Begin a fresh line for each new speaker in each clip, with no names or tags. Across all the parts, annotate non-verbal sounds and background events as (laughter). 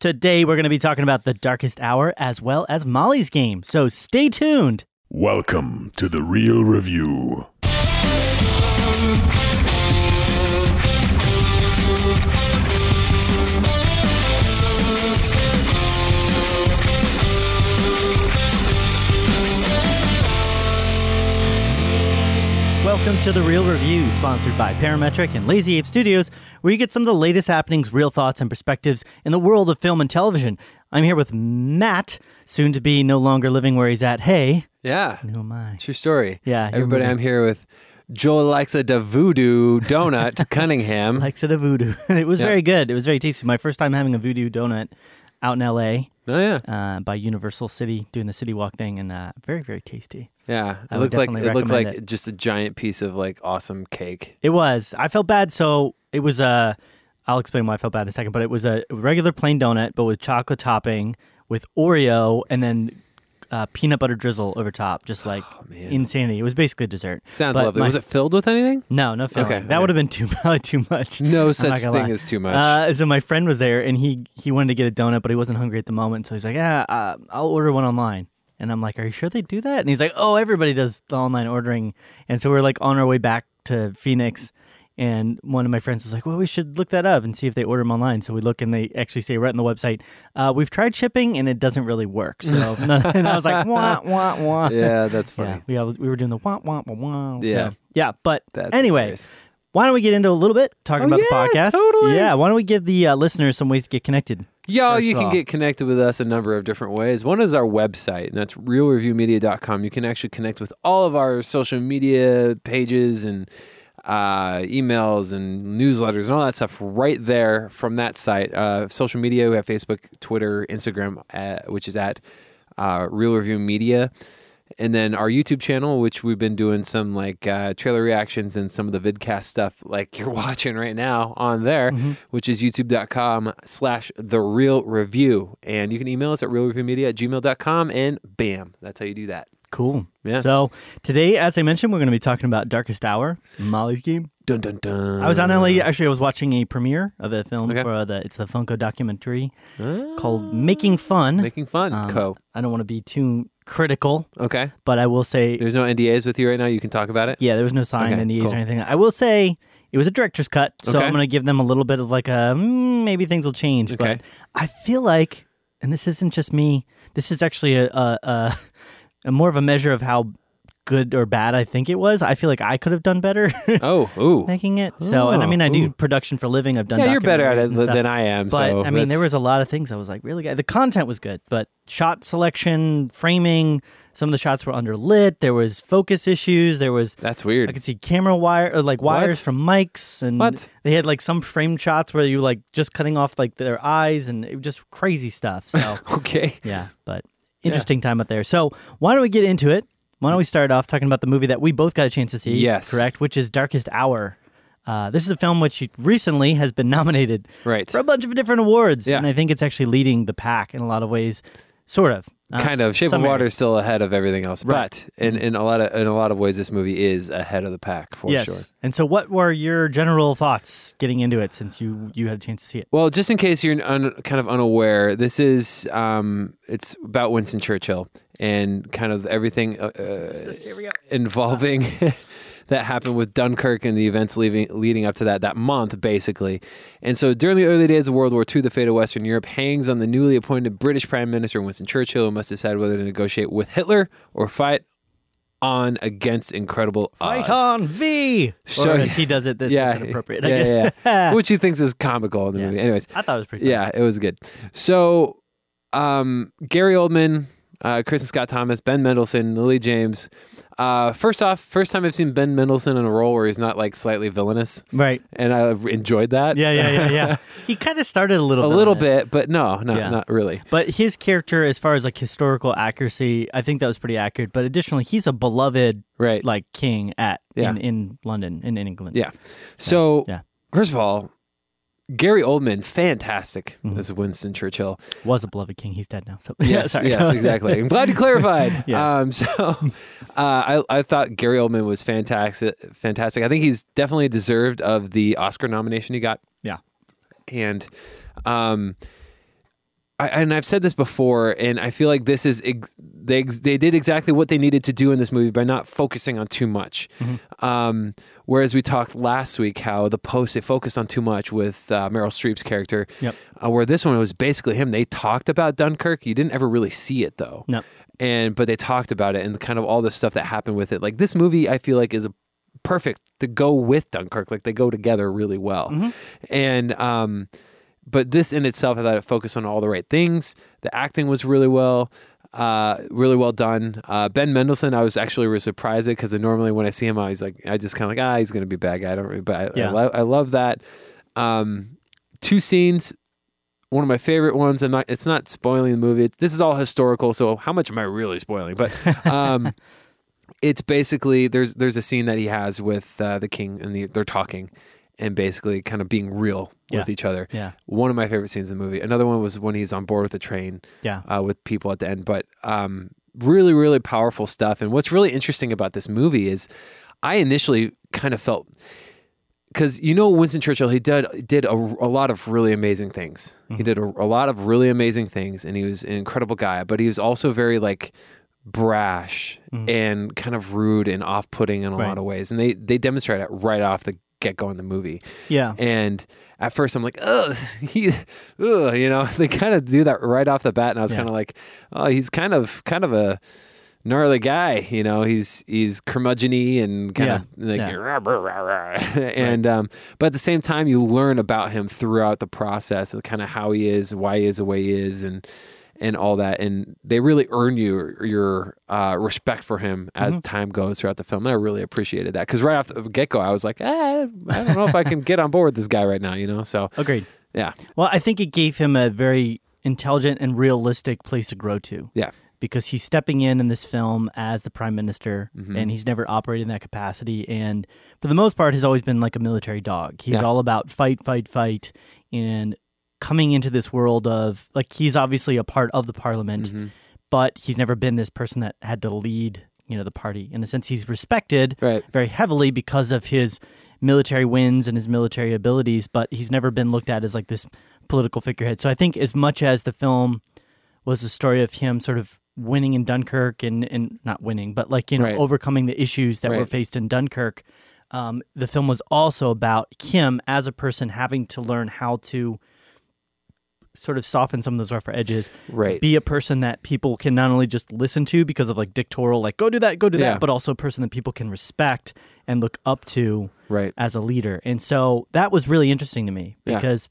Today, we're going to be talking about The Darkest Hour as well as Molly's Game. So stay tuned.
Welcome to the Real Review.
Welcome to The Real Review, sponsored by Parametric and Lazy Ape Studios, where you get some of the latest happenings, real thoughts, and perspectives in the world of film and television. I'm here with Matt, soon to be no longer living where he's at. Hey, Oh,
Yeah.
who am I?
True story.
Yeah, you're
Everybody,
moving.
I'm here with Joel Alexa de
(laughs)
Voodoo Donut Cunningham.
Alexa de Voodoo. (laughs) it was
Yeah.
very good. It was very tasty. My first time having a voodoo donut out in LA
oh, yeah.
uh, by Universal City, doing the city walk thing, and uh, very, very tasty.
Yeah. It
I would
looked like
definitely
it looked like
recommend
just a giant piece of like awesome cake.
It was. I felt bad. So it was a. I'll explain why I felt bad in a second, but it was a regular plain donut, but with chocolate topping, with Oreo, and then uh, peanut butter drizzle over top, just like
Oh, man.
insanity. It was basically dessert.
Sounds
But
lovely.
my-
Was it filled
(laughs)
with anything?
No, no filling. that
Okay, okay.
would have been too (laughs) probably too much.
No
I'm not
such
gonna
thing as too much.
Uh, so my friend was there, and he he wanted to get a donut, but he wasn't hungry at the moment. So he's like, "Yeah, uh, I'll order one online." And I'm like, "Are you sure they do that?" And he's like, "Oh, everybody does the online ordering." And so we're like on our way back to Phoenix, and one of my friends was like, "Well, we should look that up and see if they order them online." So we look, and they actually say right on the website, uh, "We've tried shipping, and it doesn't really work." So (laughs) and I was like, "Wah wah wah."
Yeah, that's funny.
Yeah, we, all, we were doing the wah wah wah wah.
Yeah.
so, yeah. But
That's
anyway,
hilarious.
why don't we get into a little bit talking
Oh,
about
yeah,
the podcast?
totally.
Yeah. Why don't we give the uh, listeners some ways to get connected?
Y'all,
First
you
of
can
all.
get connected with us a number of different ways. One is our website, and that's realreviewmedia.com. You can actually connect with all of our social media pages and uh, emails and newsletters and all that stuff right there from that site. Uh, social media, we have Facebook, Twitter, Instagram, uh, which is at uh, Real Review Media. And then our YouTube channel, which we've been doing some like uh, trailer reactions and some of the vidcast stuff like (laughs) you're watching right now on there,
Mm-hmm.
which is youtube.com slash the real review. And you can email us at realreviewmedia at gmail.com and bam, that's how you do that.
Cool.
Yeah.
So today, as I mentioned, we're going to be talking about Darkest Hour, Molly's Game.
Dun dun dun.
I was on LA. Actually, I was watching a premiere of a film
Uh. Okay.
for the it's the Funko documentary called Making Fun.
making fun.
Um,
Co.
I don't want to be too critical,
Okay.
but I will say
There's no NDAs with you right now. You can talk about it.
Yeah, there was no sign
Okay,
NDAs
cool.
or anything. I will say it was a director's cut, so
Okay.
I'm going to give them a little bit of like a mm, maybe things will change. But
Okay.
I feel like, and this isn't just me. This is actually a a, a, a more of a measure of how good or bad I think it was. I feel like I could have done better (laughs)
Oh, ooh.
making it. So, and I
Oh,
mean, I do
ooh.
production for a living. I've done.
Yeah, you're better at
documentaries
it
and
li-
stuff.
than I am.
But
so
I mean, there
that's-
was a lot of things I was like, really, good. the content was good, but shot selection, framing, some of the shots were underlit. There was focus issues. There was
That's weird.
I could see camera wire or like wires
What?
from mics, and
What?
they had like some frame shots where you like just cutting off like their eyes, and it was just crazy stuff.
(laughs)
So
(laughs) okay.
yeah, but interesting time out there. So why don't we get into it? Why don't we start off talking about the movie that we both got a chance to see?
Yes.
correct. Which is Darkest Hour. Uh, this is a film which recently has been (laughs) nominated
Right.
for a bunch of different awards,
Yeah.
and I think it's actually leading the pack in a lot of ways, sort of. Uh,
kind of shape of
some areas.
water is still ahead of everything else
Right. Mm.
but in, in a lot of in a lot of ways this movie is ahead of the pack for
yes.
sure
And so, what were your general thoughts getting into it since you you had a chance to see it?
well just in case you're un, kind of unaware this is um, it's about winston churchill and kind of everything uh, uh, involving (laughs) that happened with dunkirk and the events leaving, leading up to that that month basically and so during the early days of world war ii the fate of western europe hangs on the newly appointed british prime minister winston churchill who must decide whether to negotiate with hitler or fight on against incredible odds.
Icon V.
So-
or as he does it, this
yeah,
is inappropriate. I
Yeah, yeah,
guess. (laughs)
yeah. which he thinks is comical in the
Yeah.
movie. Anyways,
I thought it was pretty. Funny.
yeah, it was good. So, um, Gary Oldman, uh, Kristen Scott Thomas, Ben Mendelsohn, Lily James. Uh, first off, first time I've seen Ben Mendelsohn in a role where he's not like slightly villainous,
Right.
and I enjoyed that.
Yeah, yeah, yeah,
(laughs)
yeah. he kind of started a little,
a
bit on
little
this.
bit, but no, no,
Yeah.
not really.
But his character, as far as like historical accuracy, I think that was pretty accurate. But additionally, he's a beloved
Right.
like king at
Yeah.
in, in London in, in England.
Yeah. So,
Yeah.
first of all, Gary Oldman, fantastic
Mm-hmm.
as Winston Churchill.
was a beloved king. He's dead now.
(laughs)
So (laughs) yeah,
Yes,
sorry.
yes, exactly. I'm glad you clarified.
(laughs) Yes.
Um, (laughs) so uh, I, I thought Gary Oldman was fantastic. Fantastic. I think he's definitely deserved of the Oscar nomination he got.
yeah.
And um, I, and I've said this before, and I feel like this is ex- they ex- they did exactly what they needed to do in this movie by not focusing on too much.
Mm-hmm.
Um, whereas we talked last week how the post they focused on too much with uh, Meryl Streep's character,
Yep.
uh, where this one was basically him. They talked about Dunkirk. You didn't ever really see it though.
No.
And but they talked about it and kind of all the stuff that happened with it. Like this movie, I feel like is a perfect to go with Dunkirk. Like they go together really well.
Mm-hmm.
And um, but this in itself, I thought it focused on all the right things. The acting was really well, uh, really well done. Uh, ben Mendelsohn, I was actually really surprised at because normally when I see him, I was like, I just kind of like, ah, he's gonna be a bad guy. I don't, really, but I, I,
Yeah.
lo- I love that. Um, two scenes. One of my favorite ones. I'm not. It's not spoiling the movie. It's, this is all historical. So how much am I really spoiling? But
(laughs)
um, it's basically there's there's a scene that he has with uh, the king and the, they're talking and basically kind of being real with
Yeah.
each other.
Yeah.
One of my favorite scenes in the movie. Another one was when he's on board with the train
Yeah.
uh, with people at the end. But um, really, really powerful stuff. And what's really interesting about this movie is I initially kind of felt because you know Winston Churchill, he did did a, a lot of really amazing things.
Mm-hmm.
He did a, a lot of really amazing things, and he was an incredible guy. But he was also very like brash and kind of rude and off putting in a lot
Mm-hmm. Right.
of ways. And they they demonstrate it right off the get go in the movie.
Yeah.
And at first, I'm like, oh, (laughs) he, ugh, you know, (laughs) they kind of do that right off the bat, and I was
Yeah.
kind of like, oh, he's kind of kind of a gnarly guy, you know. He's he's curmudgeony and kind of like,
Yeah.
"Rah, rah, rah, rah." (laughs) and um, but at the same time, you learn about him throughout the process and kind of how he is, why he is the way he is, and and all that. And they really earn you your uh, respect for him as
Mm-hmm.
time goes throughout the film. And I really appreciated that because right off the get go, I was like, "Ah, I don't know if I can get on board with this guy right now, you know. So
Agreed.
yeah,
Well, I think it gave him a very intelligent and realistic place to grow to.
yeah,
because he's stepping in in this film as the prime minister
Mm-hmm.
and he's never operated in that capacity and for the most part has always been like a military dog he's
Yeah.
all about fight fight fight and coming into this world of like he's obviously a part of the parliament
Mm-hmm.
but he's never been this person that had to lead you know the party in a sense he's respected
Right.
very heavily because of his military wins and his military abilities but he's never been looked at as like this political figurehead so i think as much as the film was the story of him sort of winning in Dunkirk and, and not winning, but like, you know,
Right.
overcoming the issues that were
Right.
faced in Dunkirk. Um, the film was also about Kim as a person having to learn how to sort of soften some of those rougher edges,
right.
be a person that people can not only just listen to because of like dictatorial, like, go do that, go do
Yeah.
that, but also a person that people can respect and look up to
Right.
as a leader. And so that was really interesting to me
Yeah.
because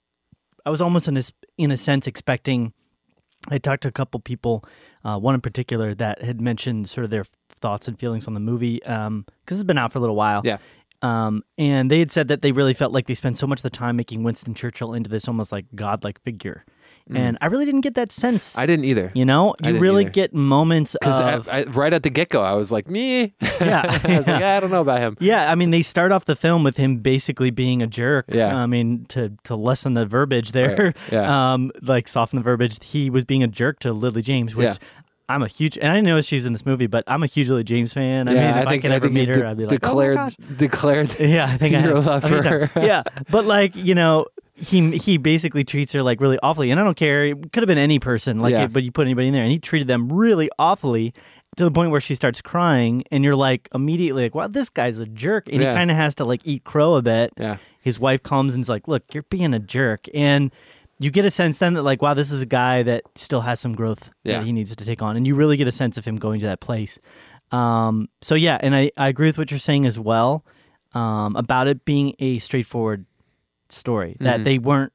I was almost in a, s- in a sense expecting. I talked to a couple people, uh, one in particular that had mentioned sort of their thoughts and feelings on the movie um, because it's been out for a little while.
Yeah.
Um, and they had said that they really felt like they spent so much of the time making Winston Churchill into this almost like godlike figure.
Mm.
And I really didn't get that sense.
I didn't either.
you know,
I
you
didn't
really
either.
get moments
Because
of
I, right at the get go, I was like, me. (laughs)
(laughs) Yeah.
I was like, I don't know about him.
Yeah, I mean, they start off the film with him basically being a jerk.
Yeah.
I mean, to to lessen the verbiage there,
Right,
(laughs)
yeah.
um, like soften the verbiage. He was being a jerk to Lily James, which
Yeah.
I'm a huge, and I didn't know she's in this movie, but I'm a huge Lily James fan. I mean, if I, could ever
think you
meet her,
de-
I'd be like,
declared,
oh my gosh.
(laughs) declared.
Yeah, I think
your
I have.
love
a few
for
times. yeah, but like you know, he he basically treats her like really awfully, and I don't care. It could have been any person, like,
Yeah.
but you put anybody in there, and he treated them really awfully to the point where she starts crying, and you're like immediately like, wow, this guy's a jerk, and
Yeah.
he kind of has to like eat crow a bit.
Yeah.
His wife comes and's like, look, you're being a jerk, and. You get a sense then that like wow this is a guy that still has some growth
Yeah.
that he needs to take on and you really get a sense of him going to that place. Um so yeah and I, I agree with what you're saying as well um, about it being a straightforward story
Mm-hmm.
that they weren't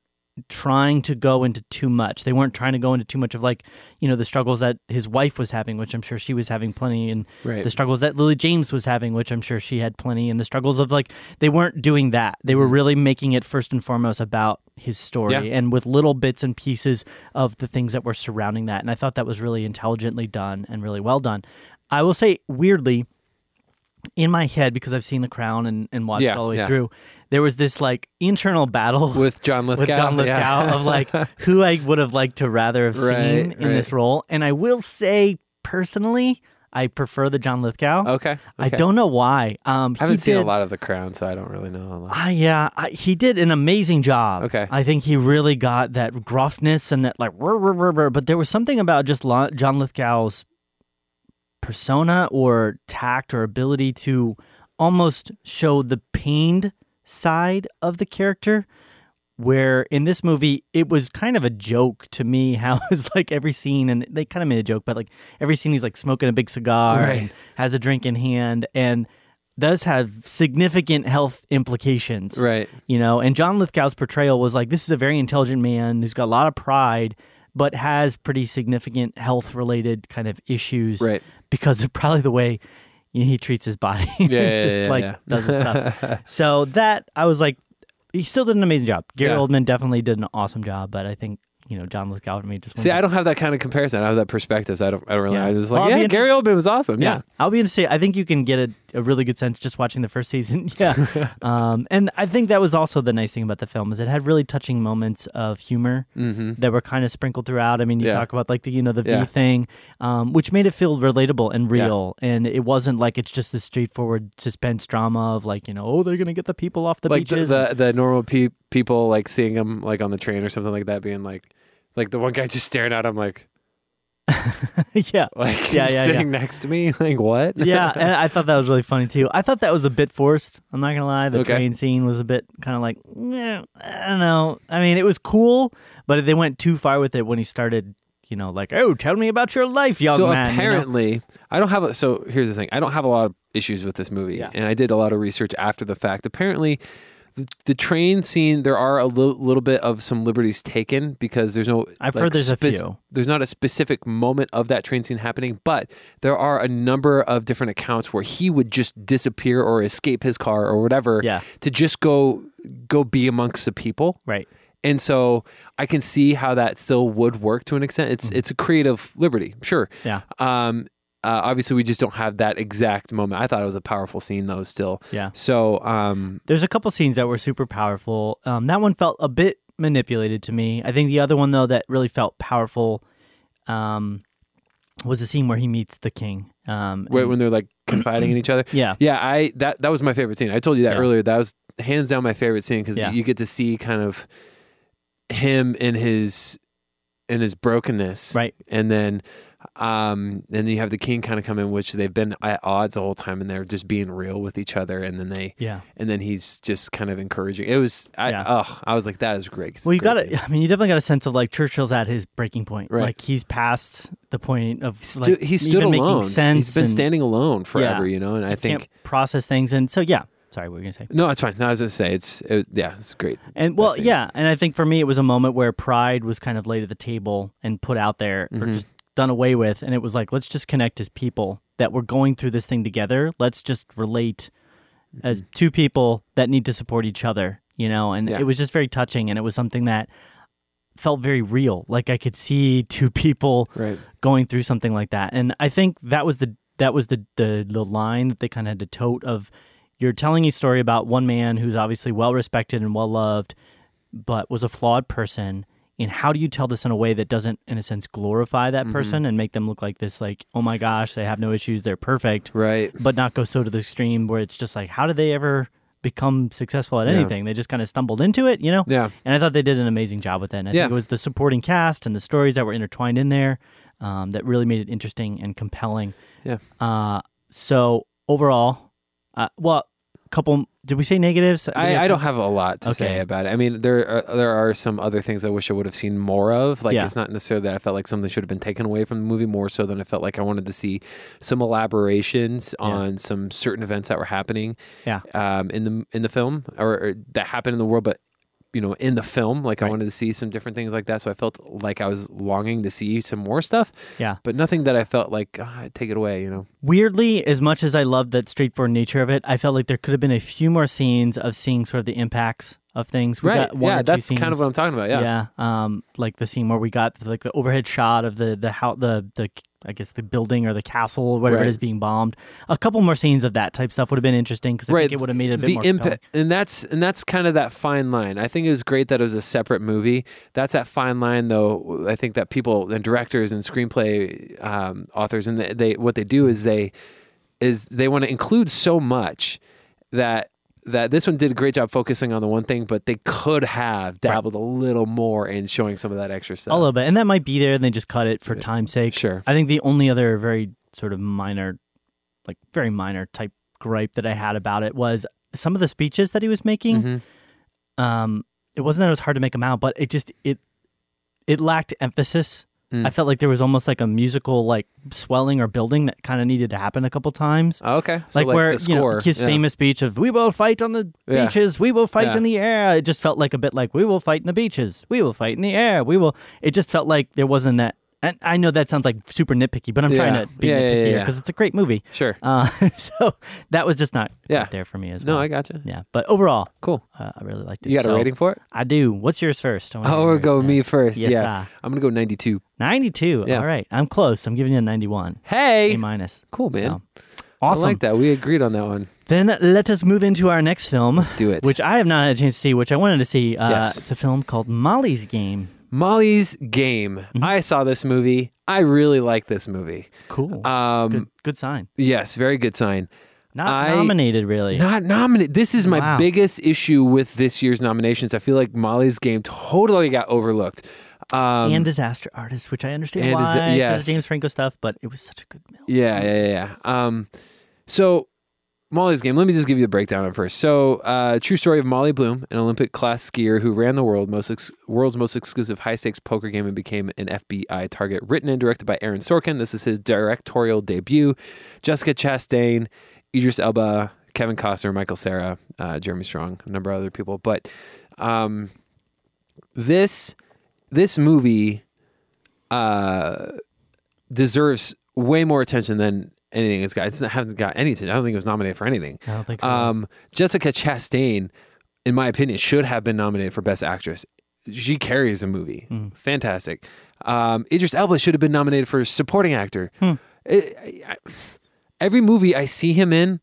trying to go into too much they weren't trying to go into too much of like you know the struggles that his wife was having which i'm sure she was having plenty and
Right.
the struggles that lily james was having which i'm sure she had plenty and the struggles of like they weren't doing that they were really making it first and foremost about his story
Mm-hmm. Yeah.
and with little bits and pieces of the things that were surrounding that and i thought that was really intelligently done and really well done i will say weirdly in my head because I've seen The Crown and, and watched
Yeah,
all the way
yeah.
through, there was this like internal battle
With John Lithgow.
(laughs) with John
Yeah.
Lithgow
(laughs)
of like who I would have liked to rather have
Right,
seen in this
right.
role. And I will say personally, I prefer the John Lithgow.
Okay.
I
okay.
don't know why. Um,
I haven't
he
seen a
did-
lot of The Crown, so I don't really know
(laughs)
a lot.
Ah, yeah, I, he did an amazing job.
Okay.
I think he really got that gruffness and that like, "Rrr, rrr, rrr, rrr," but there was something about just Lo- John Lithgow's persona or tact or ability to almost show the pained side of the character. Where in this movie, it was kind of a joke to me (laughs) how it's like every scene, and they kind of made a joke, but like every scene, he's like smoking a big cigar
Right.
and has a drink in hand, and does have significant health implications.
Right.
You know, and John Lithgow's portrayal was like this is a very intelligent man who's got a lot of pride, but has pretty significant health related kind of issues
Right.
because of probably the way you know, he treats his body. (laughs)
Yeah.
just
yeah, yeah,
like
yeah.
does his stuff.
(laughs)
so that I was like, he still did an amazing job. Gary
Yeah.
Oldman definitely did an awesome job, but I think you know John Lithgow for me just
See,
went-
I don't have that kind of comparison. I don't have that perspective. So I don't. I don't really.
Yeah.
I was
Well,
like,
I'll be
yeah,
inter-
Gary Oldman was awesome.
yeah.
Yeah.
I'll be interested. I think you can get a, a really good sense just watching the first season. (laughs)
(laughs)
yeah. um, and I think that was also the nice thing about the film is it had really touching moments of humor that were kind of sprinkled throughout. I mean, you
Mm-hmm. Yeah.
talk about like the, you know, the
Yeah.
V thing, um, which made it feel relatable and real. And it wasn't like, it's just this straightforward suspense drama of like, you know, oh, they're going to get the people off the
Like the,
beaches.
the the normal pe- people like seeing him like on the train or something like that, being like, like the one guy just staring at him like,
(laughs)
(laughs)
yeah.
like
Yeah,
you're
yeah,
sitting next to me, (laughs) like what?
yeah, and I thought that was really funny too. I thought that was a bit forced. I'm not gonna lie. The
Okay.
train scene was a bit kind of like "Nyeh, I don't know. I mean, it was cool, but they went too far with it when he started. You know, like oh, tell me about your life, young
so
Oh, man. you know?
apparently i don't have a, so here's the thing i don't have a lot of issues with this movie
Yeah.
and i did a lot of research after the fact apparently the, the train scene there are a li- little bit of some liberties taken because there's no
I've heard there's a few.
there's not a specific moment of that train scene happening but there are a number of different accounts where he would just disappear or escape his car or whatever
Yeah.
to just go go be amongst the people
right?
and so I can see how that still would work to an extent. It's
Mm-hmm.
it's a creative liberty, sure.
Yeah.
Um. Uh, obviously, we just don't have that exact moment. I thought it was a powerful scene, though. Still.
Yeah.
So. Um.
There's a couple scenes that were super powerful. Um, that one felt a bit manipulated to me. I think the other one though that really felt powerful, um, was the scene where he meets the king. Um,
Wait,
and-
when
(clears throat)
they're like confiding in each other.
yeah,
Yeah. I that that was my favorite scene. I told you that
Yeah.
earlier. That was hands down my favorite scene because
Yeah.
you get to see kind of him in his in his brokenness,
Right.
And then. Um, and then you have the king kind of come in, which they've been at odds the whole time, and they're just being real with each other. And then they,
yeah.
and then he's just kind of encouraging. It was, I,
Yeah.
oh, I was like, that is great. It's
Well, you got
great to-
to. I mean, you definitely got a sense of like Churchill's at his breaking point.
Right.
Like he's past the point of
Stu-
like
he stood
even
alone.
making sense.
he's been
and
standing alone forever,
Yeah.
you know. And I
can't
think
process things, and so yeah. Sorry, what were you gonna say?
no, it's fine. No, I was gonna say it's, it, yeah, it's great.
And well,
That's it.
yeah, and I think for me it was a moment where pride was kind of laid at the table and put out there, or just done away with, and it was like let's just connect as people that we're going through this thing together. Let's just relate as two people that need to support each other, you know. And
Yeah.
it was just very touching, and it was something that felt very real. Like I could see two people
Right.
going through something like that. And I think that was the that was the the, the line that they kind of had to tote of you're telling a story about one man who's obviously well respected and well loved, but was a flawed person. And how do you tell this in a way that doesn't, in a sense, glorify that person and make them look like this, like, oh my gosh, they have no issues, they're perfect,
Right.
but not go so to the extreme where it's just like, how did they ever become successful at
Yeah.
anything? They just kind of stumbled into it, you know?
Yeah.
And I thought they did an amazing job with it. And I
Yeah.
think it was the supporting cast and the stories that were intertwined in there um, that really made it interesting and compelling.
Yeah.
Uh, so overall, uh, well, couple. Did we say negatives?
I, I don't have a lot to
Okay.
say about it. I mean, there are, there are some other things I wish I would have seen more of. Like,
Yeah.
it's not necessarily that I felt like something should have been taken away from the movie more so than I felt like I wanted to see some elaborations on some certain events that were happening.
Yeah.
Um, in the in the film or, or that happened in the world, but you know, in the film, like I
Right.
wanted to see some different things like that. So I felt like I was longing to see some more stuff.
Yeah.
But nothing that I felt like ah, take it away. You know.
Weirdly, as much as I loved that straightforward nature of it, I felt like there could have been a few more scenes of seeing sort of the impacts of things. We got one or
yeah.
two
That's kind
scenes.
of what I'm talking about.
Um, like the scene where we got like the overhead shot of the the how the the I guess the building or the castle or whatever
Right.
it is being bombed. A couple more scenes of that type stuff would have been interesting because I
right.
think it would have made it a bit
the
more.
impa-
compelling.
and that's and that's kind of that fine line. I think it was great that it was a separate movie. That's that fine line, though. I think that people and directors and screenplay um, authors and they, they what they do is they is they want to include so much that that this one did a great job focusing on the one thing, but they could have dabbled a little more in showing some of that extra stuff.
A little bit, and that might be there, and they just cut it for time's sake.
Sure.
I think the only other very sort of minor, like very minor type gripe that I had about it was some of the speeches that he was making.
Mhm.
Um, it wasn't that it was hard to make them out, but it just it it lacked emphasis. I felt like there was almost like a musical like swelling or building that kind of needed to happen a couple times.
Oh, okay, so
like,
like,
where
the score,
you know his
yeah.
famous speech of "We will fight on the
Yeah.
beaches, we will fight
Yeah.
in the air." It just felt like a bit like "We will fight in the beaches, we will fight in the air, we will." It just felt like there wasn't that. And I know that sounds like super nitpicky, but I'm trying
Yeah.
to be
Yeah, yeah,
nitpicky
yeah,
here
yeah.
because it's a great movie.
Sure.
Uh, (laughs) so that was just not
Yeah.
quite there for me as well.
no, I gotcha.
yeah, but overall,
Cool.
uh, I really liked it.
You got
So,
a rating for it?
I do. What's yours first? I wanna
Oh,
hear
we'll
yours
go
now.
me first.
Yes,
yeah,
ah.
I'm gonna go 92.
92.
Yeah.
All right, I'm close. I'm giving you a 91.
Hey,
A minus.
Cool, man.
So, awesome.
I like that. We agreed on that one.
Then let us move into our next film.
do it.
Which I have not had a chance to see, which I wanted to see. Uh,
Yes.
It's a film called Molly's Game.
Molly's Game. I saw this movie. I really like this movie.
Cool.
Um,
Mm-hmm. It's good, good sign.
Yes, very good sign.
Not
I-
nominated, really.
Not nominated. This is my
Wow.
biggest issue with this year's nominations. I feel like Molly's Game totally got overlooked. Um,
and Disaster Artist, which I understand
and
why,
Disa-
'cause of
yes.
James Franco stuff, but it was such a good film.
Yeah, yeah, yeah, yeah. Um, so Molly's game. Let me just give you the breakdown of it first. So, uh, true story of Molly Bloom, an Olympic class skier who ran the world most ex- world's most exclusive high stakes poker game and became an FBI target. Written and directed by Aaron Sorkin. This is his directorial debut. Jessica Chastain, Idris Elba, Kevin Costner, Michael Sarah, uh, Jeremy Strong, a number of other people. But um, this this movie uh, deserves way more attention than anything it's got. It's not, hasn't got any attention. I don't think it was nominated for anything.
I don't think so.
Um, Jessica Chastain, in my opinion, should have been nominated for Best Actress. She carries the movie.
Hmm.
Fantastic. Um, Idris Elba should have been nominated for Supporting Actor.
Hmm.
It- I- I- every movie I see him in,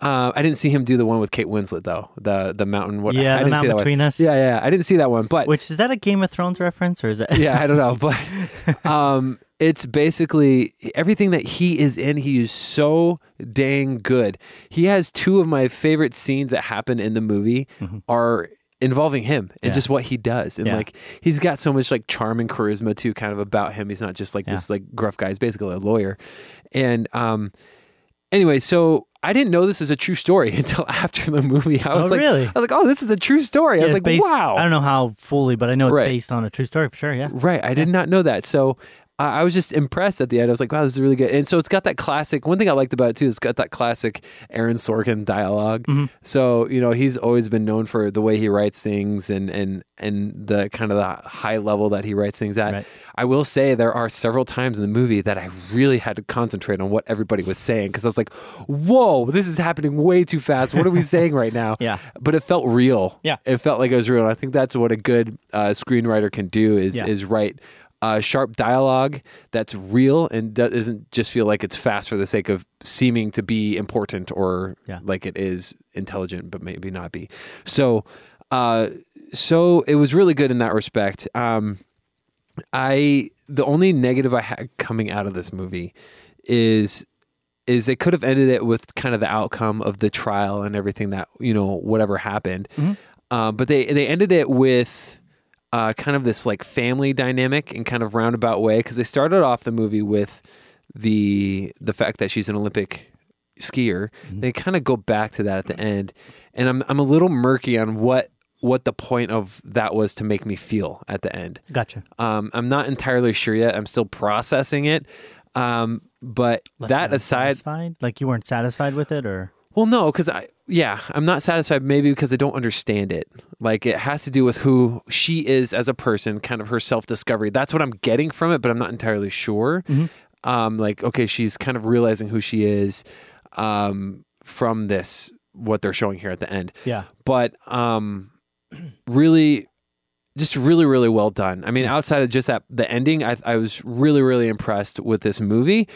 uh, I didn't see him do the one with Kate Winslet though. The the mountain. What,
Yeah, The
I didn't see
Mountain
that
Between
one.
Us.
Yeah, yeah. I didn't see that one, but
which is that a Game of Thrones reference or is (laughs) that?
(laughs) yeah, I don't know, but um, it's basically everything that he is in. He is so dang good. He has two of my favorite scenes that happen in the movie are involving him and
Mm-hmm. Yeah.
just what he does, and
Yeah.
like he's got so much like charm and charisma too, kind of about him. He's not just like this like gruff guy. He's basically a lawyer, and um, anyway, so. I didn't know this was a true story (laughs) until after the movie. I was like,
really?
I was like, oh, this is a true story. I
Yeah,
was
it's
like,
based-
wow.
I don't know how fully, but I know it's
Right.
based on a true story for sure. Yeah.
Right. I did not know that. So uh, I was just impressed at the end. I was like, wow, this is really good. And so it's got that classic. One thing I liked about it too is it's got that classic Aaron Sorkin dialog
Mm-hmm.
So, you know, he's always been known for the way he writes things and, and, and the kind of the high level that he writes things at.
Right.
I will say there are several times in the movie that I really had to concentrate on what everybody was saying because I was like, whoa, this is happening way too fast. What are we saying right now?
(laughs) Yeah.
But it felt real.
Yeah.
It felt like it was real. And I think that's what a good uh, screenwriter can do is
Yeah.
is write uh, sharp dialogue that's real and do- doesn't just feel like it's fast for the sake of seeming to be important or
Yeah.
like it is intelligent but maybe not be. So, uh, so it was really good in that respect. Um, I the only negative I had coming out of this movie is is they could have ended it with kind of the outcome of the trial and everything that you know whatever happened, uh, but they they ended it with uh, kind of this like family dynamic in kind of roundabout way because they started off the movie with the the fact that she's an Olympic skier. They kind of go back to that at the end, and I'm I'm a little murky on what what the point of that was to make me feel at the end.
Gotcha.
Um, I'm not entirely sure yet. I'm still processing it. Um, but
Like,
that
uh,
aside,
satisfied? like you weren't satisfied with it, or
well, no, because I, yeah, I'm not satisfied maybe because I don't understand it. Like it has to do with who she is as a person, kind of her self discovery. That's what I'm getting from it, but I'm not entirely sure. Um, like, okay, she's kind of realizing who she is um, from this, what they're showing here at the end
yeah,
but um really just really really well done i
Mm.
mean outside of just that the ending i, I was really really impressed with this movie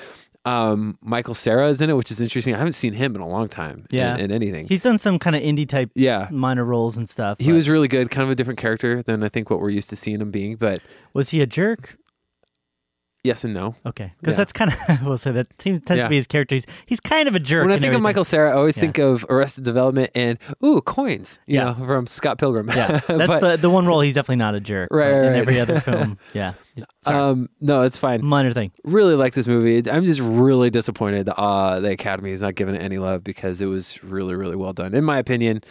um, michael sarah is in it which is interesting i haven't seen him in a long time in-
Yeah.
in, anything
He's done some kind of indie type
yeah
minor roles and stuff.
he
but-
was really good kind of a different character than i think what we're used to seeing him being but
was he a jerk?
yes and no
Okay, because
Yeah.
that's kind of (laughs) I will say that seems tends
Yeah.
to be his character. He's, he's kind of a jerk.
when I
in
think of
everything.
Michael Sarah, I always
Yeah.
think of Arrested Development and ooh coins, you
Yeah.
know, from Scott Pilgrim. (laughs)
yeah, (laughs) that's
but,
the the one role he's definitely not a jerk.
Right,
but
right,
in
right.
every
(laughs)
other film, yeah, he's- sorry,
um, no, it's fine.
minor thing.
Really like this movie. It- I'm just really disappointed that uh, the Academy is not giving it any love because it was really, really well done, in my opinion.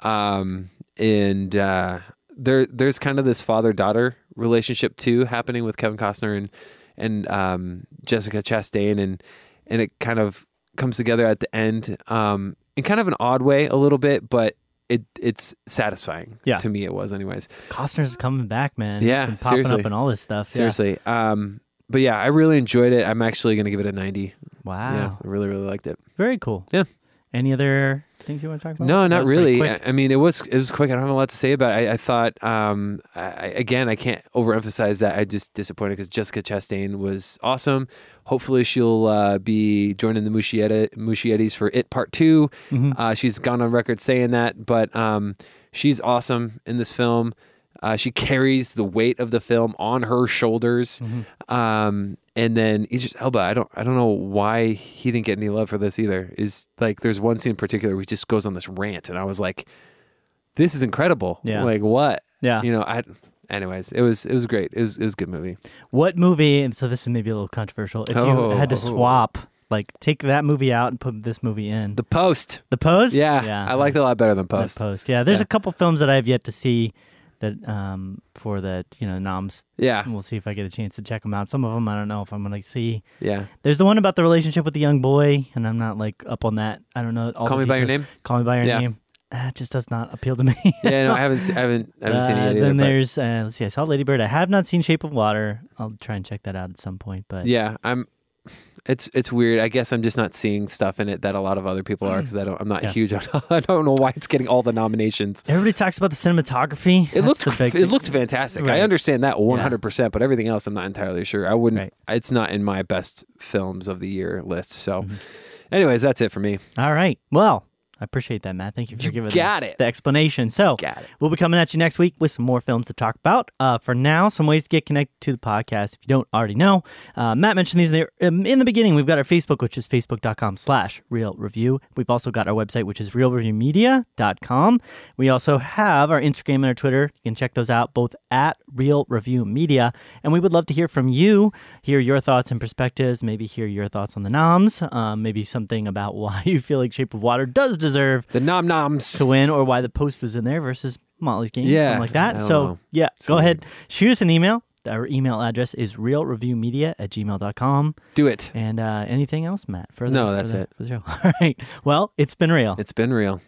Um, and uh, there, there's kind of this father daughter relationship too happening with Kevin Costner and and um, Jessica Chastain, and and it kind of comes together at the end um, in kind of an odd way, a little bit, but it it's satisfying.
Yeah.
to me it was, anyways.
Costner's coming back, man. He's
Yeah,
been popping
seriously.
up and all this stuff. yeah.
Seriously. Um, but yeah, I really enjoyed it. I'm actually gonna give it a 90.
Wow,
Yeah, I really, really liked it.
very cool.
Yeah.
Any other things you want to talk about?
No,
That
not
was pretty
really.
quick.
I, I mean, it was it was quick. I don't have a lot to say about it. I, I thought, um, I, I- again, I can't overemphasize that. I just disappointed because Jessica Chastain was awesome. Hopefully, she'll uh, be joining the Muschietti, Muschiettis for It Part 2 Uh, she's gone on record saying that, but um, she's awesome in this film. Uh, she carries the weight of the film on her shoulders.
Mm-hmm.
Um, and then Idris Elba, I don't, I don't know why he didn't get any love for this either. Is like, there's one scene in particular where he just goes on this rant, and I was like, "This is incredible!"
Yeah.
Like what?
Yeah.
You know, I. Anyways, it was it was great. It was it was a good movie.
What movie? And so this is maybe a little controversial. If
Oh.
you had to swap, like, take that movie out and put this movie in
The
the,
Post.
Post.
Yeah, I liked it a lot better than
that
Post.
Post. Yeah, there's
Yeah.
a couple films that I've yet to see that um for the you know noms.
Yeah,
And we'll see if I get a chance to check them out. Some of them I don't know if I'm gonna see.
yeah.
There's the one about the relationship with the young boy, and I'm not like up on that. I don't know. All
Call
the
me by your
details.
name.
Call me by your
Yeah.
name. That just does not appeal to me.
Yeah, no, I haven't se- I haven't
(laughs)
I haven't seen it
Uh,
yet either.
Then
but-
there's uh, let's see, I saw Lady Bird. I have not seen Shape of Water. I'll try and check that out at some point. But
yeah, I'm. It's it's weird. I guess I'm just not seeing stuff in it that a lot of other people are because I don't. I'm not
Mm. Yeah.
huge on. (laughs) I don't know why it's getting all the nominations.
everybody talks about the cinematography.
It
That's
looked
the big
it
thing.
looked fantastic. I
Right.
understand that 100, percent but everything else, I'm not entirely sure. I wouldn't.
Right.
It's not in my best films of the year list. So,
Mm-hmm.
anyways, that's it for me.
All right. Well, I appreciate that, Matt. Thank you for
You
giving
got
the,
it.
the explanation. So
Got it.
we'll be coming at you next week with some more films to talk about. Uh, for now, some ways to get connected to the podcast if you don't already know. Uh, Matt mentioned these in the, um, in the beginning. We've got our Facebook, which is facebook.com slash real review. We've also got our website, which is realreviewmedia.com. We also have our Instagram and our Twitter. You can check those out both at Real Review Media. And we would love to hear from you, hear your thoughts and perspectives, maybe hear your thoughts on the noms, um, maybe something about (laughs) why you feel like Shape of Water does deserve
The nom noms.
to win or why the post was in there versus Motley's game,
Yeah,
something like
I
that.
don't
So,
know.
yeah, go ahead. Shoot us an email. Our email address is realreviewmedia at gmail.com.
Do it.
And uh, anything else, Matt? For the,
No,
for
that's
the-
it.
(laughs) For the show. All right. Well, it's been real.
It's been real.